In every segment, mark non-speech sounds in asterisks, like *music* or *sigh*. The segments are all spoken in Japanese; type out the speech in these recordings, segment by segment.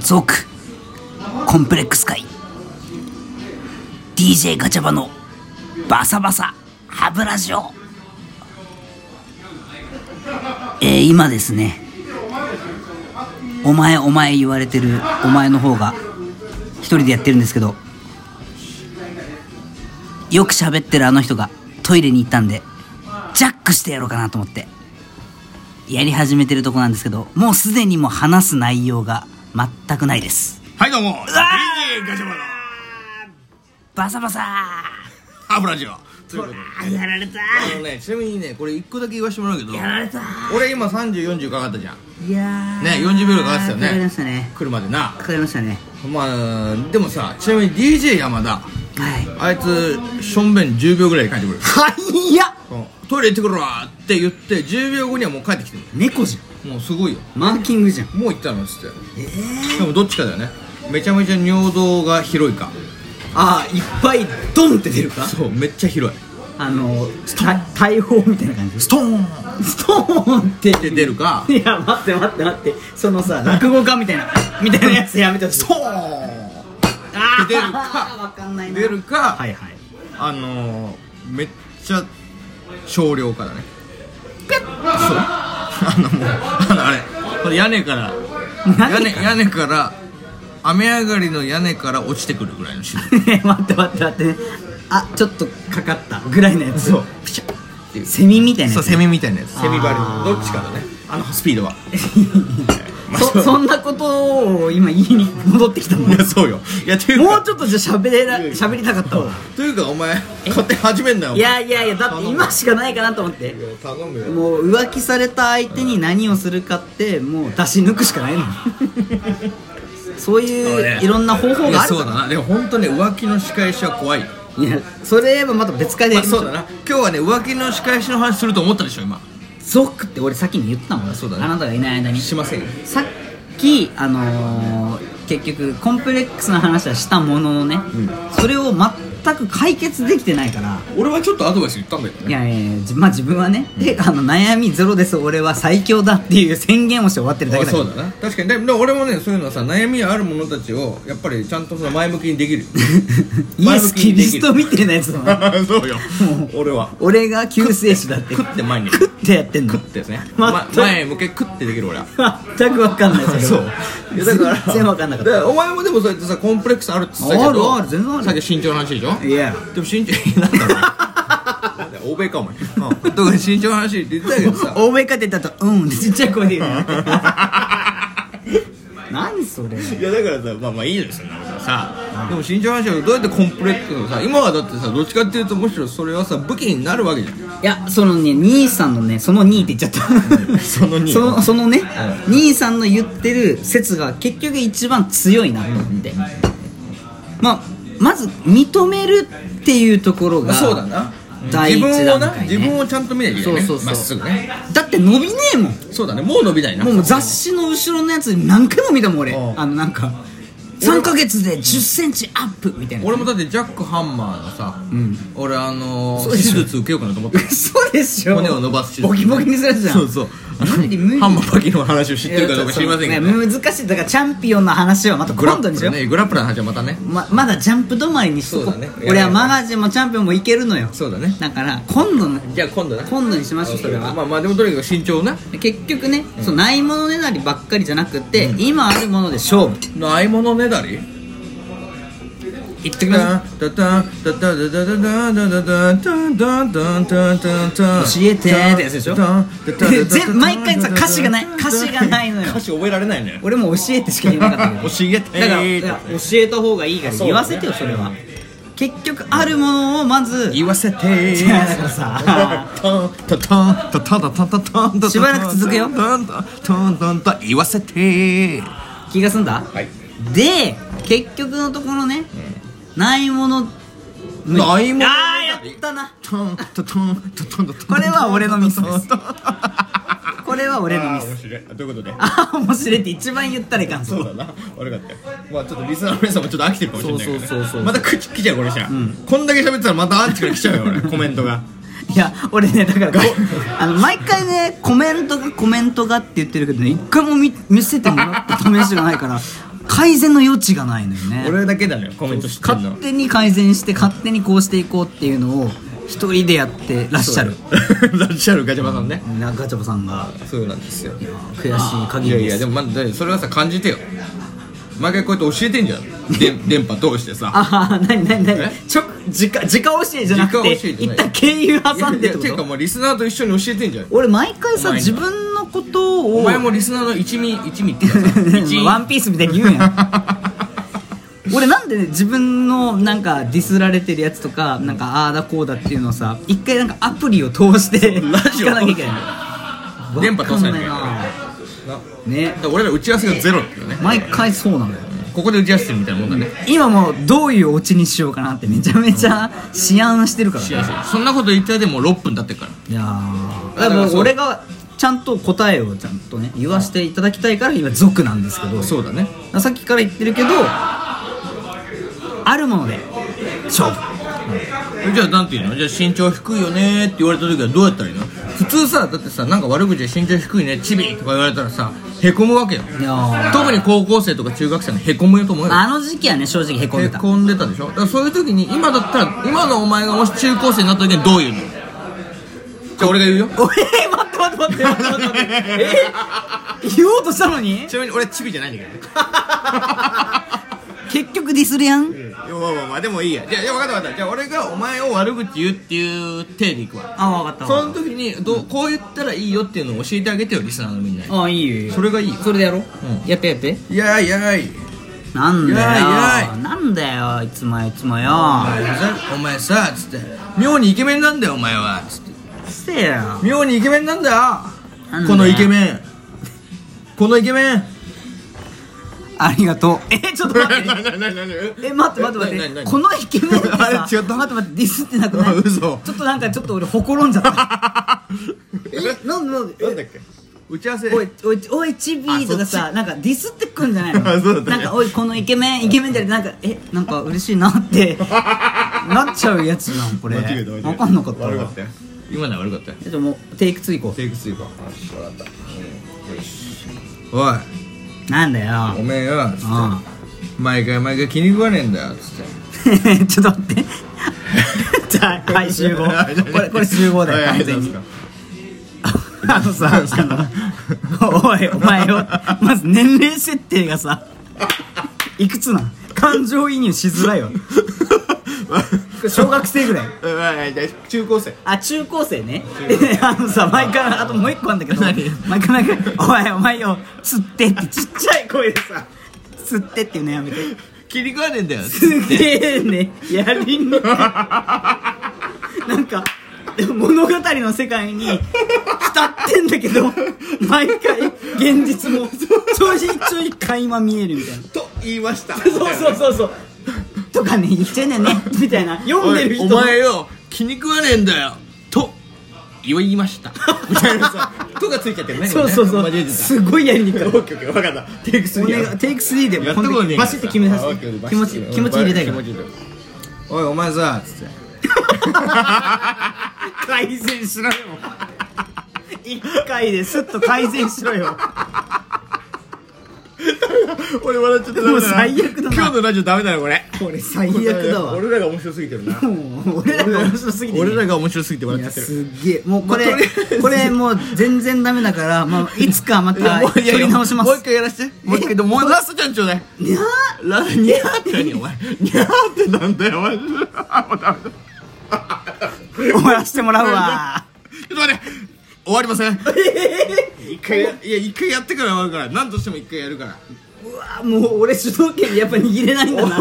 続コンプレックス界 DJ ガチャバのバサバサ歯ブラシをえー今ですねお前お前言われてるお前の方が一人でやってるんですけどよく喋ってるあの人がトイレに行ったんでジャックしてやろうかなと思ってやり始めてるとこなんですけどもうすでにもう話す内容が全くないですはいどうも DJ わガチャバのバサバサハブラジオーほらやられたあのねちなみにねこれ一個だけ言わせてもらうけどやられた俺今3040かかったじゃんいやーね40秒かかってたよねかかりましたね来るまでなかかりましたねまあでもさちなみに DJ 山田はいあいつしょんべん10秒ぐらいで帰ってくるはいやうんトイレ行ってくるわって言って10秒後にはもう帰ってきてる猫じもうすごいよゃんマーキングじゃんもう行ったのっつってええしかもどっちかだよねめちゃめちゃ尿道が広いかああいっぱいドンって出るかそうめっちゃ広いあのた大砲みたいな感じストーンっストーンってて出 *laughs* るかいや待って待って待ってそのさ落語家みたいなみたいなやつやめてほしいストーンあー出るかわかんないな出るか、はいはいあのー、めっちゃ少量化だねペッそうあのもうあのあれこれ屋根から何屋根屋根から雨上がりの屋根から落ちてくるぐらいのシーンね *laughs* 待って待って待ってねあちょっとかかったぐらいのやつそうピシャッセミみたいなやそうつセミみたいなやつセミバあリーどっちかだねあのスピードはまあそそんなことを今家に戻ってきたのもいやそうよいやていううかちょっとじゃあ喋れら喋りたかったわというかお前勝手に始めんなよいやいやいやだって今しかないかなと思っていや頼むよもう浮気された相手に何をするかってもう出し抜くしか *laughs* ないのそうそうねいういろんな方法いがやあるそうかだなでも本当ね浮気の仕返しは怖いよらいやそれはまた別会でまやありましょそううだな今日はね浮気の仕返しの話すると思ったでしょ今ゾックって俺先に言ったもんあそうだねあなたがいない間にしませんよさっきあのー結局コンプレックスの話はしたもののね、それを全く解決できてないから俺はちょっとアドバイス言ったんだけどいねやいやいやじまあ自分はね、であの悩みゼロです俺は最強だっていう宣言をして終わってるだけあだかそうらだな確かにでもでも俺もねそういうのはさ悩みある者たちをやっぱりちゃんとその前向きにできるイエスキリストみたいなやつだな *laughs* そうよ俺は俺が救世主だって食って前に食ってやってんの食ってですね、まま、前向け食ってできる俺は全く分かんないれそういやだから全然分かんなかっだたらお前もでもそうやってさコンプレックスあるって言ってたけどあるある全然あるさっき身長の話でしょいやでも身長 *laughs* なんだろう欧米かお前うんとか身長の話って言ってたけど *laughs* さ欧米かって言ったとうんってちっちゃい声で言 *laughs* うの何それいやだからさまあまあいいですよなことはさでも身長の話をどうやってコンプレックスをさ今はだってさどっちかっていうとむしろそれはさ武器になるわけじゃんいやそのね兄さんのねその兄って言っちゃった *laughs* その兄そのそのね、兄さんの言ってる説が結局一番強いなと思って、まあまず認めるっていうところがそうだな第一自分を段な階、ね、自分をちゃんと見ないといけないねそうそうそうまっすぐねだって伸びねえもんそうだねもう伸びないなもう雑誌の後ろのやつ何回も見たもん俺うんあのなんか3ヶ月で1 0ンチアップみたいな俺もだってジャック・ハンマーのさ、俺あのそー、う手でしょ術受けようかなと思ってそうでしょ骨を伸ばしてボキボキにするやつじゃんそうそうあの無理無理ハンマーパキの話を知ってるかどうか知りませんけど、ねね、難しいだからチャンピオンの話はまたグラ今ッ度プにしよルうねグラップラーの話はまたねままだジャンプ止まりにしとこそうだね俺はマガジンもチャンピオンもいけるのよそうだねだから今度のじゃあ今度な今度にしましょうそれはまあまあでもとにかく身長な結局ね、そうないものねだりばっかりじゃなくて、今あるもので勝負ないものねだり言っときますダダダダダダダダダダダダダダダダダ教えてーってやつでしょ全毎回さ歌詞がない歌詞がないのよ歌詞覚えられないのよ俺も教えてしか言えなかったけど教えてだからいや教えた方がいいからそうだね言わせてよそれは結局あるものをまず言わせていやだからさトントントントントントントントントンしばらく続くよトントントントントン言わせて気が済んだ、いで結局のところね、ないものないものああやったなトントントントントントンこれは俺のミス *laughs* ですトントントントンこれは俺のミあース面白いどういうことでああ面白いって一番言ったらいかんそうだな悪かったよまあちょっとリスナーの皆さんもちょっと飽きてるかもしれないけどねそうそうそうそうまた口来ちゃうこれじゃんこんだけ喋ってたらまたアンチから来ちゃうよ俺コメントがいや俺ねだからこうあの毎回ねコメントがコメントがって言ってるけどね一回も見見せてもらった試しがないから改善の余地がないのよね *laughs* 俺だけだよコメントしてんの勝手に改善して勝手にこうしていこうっていうのを一人でやってらっしゃるそうだよらっしゃるガチャバさんねなガチャバさんがそうなんですよ悔しいい限やりいでやすでもまだそれはさ感じてよ毎回こうやって教えてんじゃん *laughs* で電波通してさああ何何何え直直直教えじゃなくて直教えじゃ一ない旦経由い挟やんいでっやてていうこかともうリスナーと一緒に教えてんじゃん俺毎回さお前が自分のことをお前もリスナーの一味一味っていうかさ一 *laughs* 員ワンピースみたいに言うや *laughs* ん俺なんで、ね、自分のなんかディスられてるやつとかなんかああだこうだっていうのをさ一回なんかアプリを通してラジ聞オかなきゃいけないの *laughs* 電波通さなきゃいけないわなかんないなねだから俺ら打ち合わせがゼロっていうね毎回そうなのよここで打ち合わせするみたいなもんだね今もうどういうオチにしようかなってめちゃめちゃ思案してるから打ねち合わせそんなこと言ったらでも6分経ってるからいやだからもそう俺がちゃんと答えをちゃんとね言わせていただきたいから今族なんですけどそうだねさっきから言ってるけどあるもので勝負じゃあなんていうのじゃあ身長低いよねって言われた時はどうやったらいいの普通さだってさなんか悪口で身長低いねチビとか言われたらさへこむわけよいやー特に高校生とか中学生のへこむよと思うよあの時期はね正直へこんへでたこんでたでしょだからそういう時に今だったら今のお前がもし中高生になった時にどう言うのじゃあ俺が言うよおえ *laughs* ー、待って待って待って待って待ってえー、言おうとしたのにちなみに俺チビじゃないんだけど *laughs* ね結局ディスるやんいやまあまあまあでもいいやじゃあいや分かった分かったじゃあ俺がお前を悪口言うっていう体でいくわあ分かったそわの時にどうこう言ったらいいよっていうのを教えてあげてよリスナーのみんなにあいいよいいよそれがいいそれでやろう、うやってやっていやいやいなんだよいやいやなんだよいつもいつもよお前さお前さつって妙にイケメンなんだよお前はつってせえよ妙にイケメンなんだよなんだよこのイケメンこのイケメンありがとう *laughs* えー、ちょっと待ってえ待って待って待ってこのイケメン *laughs* ってさあれ違った待って待ってディスってなくない *laughs* あ嘘ちょっとなんかちょっと俺ほころんじゃったえなんなんなんだっけ打ち合わせおいおいおいチビとかさなんかディスってくんじゃないのあそうだったなねんかおいこのイケメンイケメンだよなんかえなんか嬉しいなって *laughs* なっちゃうやつなんこれ間違えた間違えた分かんなかったわ悪かったよ今のは悪かったよえっともうテイク2いこテイク2か分かったおいうなんだよおめえよつっあ *laughs* て毎回毎回気に食わねえんだよつってあちょっと *laughs* 待ってじゃあはい集合これこれ集合だよ完全にあのさ、あの、おい、お前よ、まず年齢設定がさ、いくつなん感情移入しづらいわ。小学生ぐらい。中高生あ、中高生ね。で、 *laughs* あのさ、毎回、あともう一個あんだけど、毎回毎回、おい、お前よ、釣ってってちっちゃい声でさ、釣ってっていうのやめて。気に食わねえんだよすげえね、やりんね。なんか、物語の世界に浸ってんだけど、毎回現実もちょいちょい垣間見えるみたいな。と言いましたそうそうそうそう。とかね、言っちゃいねね、みたいな。読んでる人おいお前よ気に食わねえんだよと言いましたみたいなさ「と」がついちゃってるねそうそうそ間違えう。てたすごいやりにくい。オッケーオッケー分かったテイクお3願いテイク3でもやったことねえバシッて決めさあオせッケてー気持ちバシッて気持ち入れたいから気持ち入れたいおいお前さつって *laughs* 改善しろよ一回ですっと改善しろ *laughs* よ俺笑っちゃったもう最悪だな今日のラジオダメだよこれこれ最悪だわ俺らが面白すぎてるなもう俺らが面白すぎてね俺らが面白すぎてい笑っやちゃってるすっげえもうこれ、まあとりあえずこれもう全然ダメだから、まあ、いつかまたもういや取り直しまもう一す回やらしてもう一回でももうラストちゃんちょうだいいやラニャーって何お前ニャーってなんだよお前ちょっー終わらせてもらうわと待って終わりません一回やいや一回やってから終わるから何としても一回やるからうわもう俺主導権やっぱ握れないんだな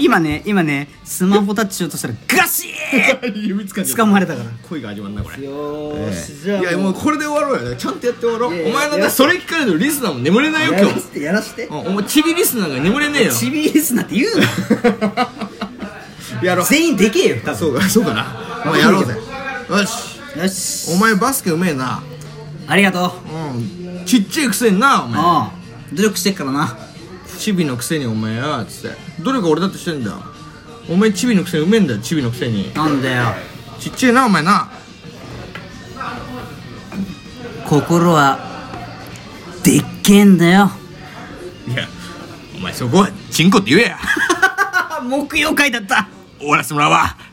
今ね今ねスマホタッチしようとしたらガシー指つかん掴まれたから恋が始まんなこれンいよーし、やもうこれで終わろうよねちゃんとやって終わろういやいやお前なんかそれ聞かれるとリスナーも眠れないよ今日てやらしてうんお前チビリスナーが眠れねえよチビリスナーって言うな *laughs* やろう全員でけえよ多そうかそうかなもうやろうぜよし分よしお前バスケうめえなありがとううんちっちゃいくせになお前ああ努力してっからなチビのくせにお前はつってどれか俺だってしてんだよお前チビのくせにうめえんだよチビのくせになんだよちっちゃいなお前な心はでっけえんだよいやそこはチンコって言えや木曜会だった *laughs* 終わらせてもらうわ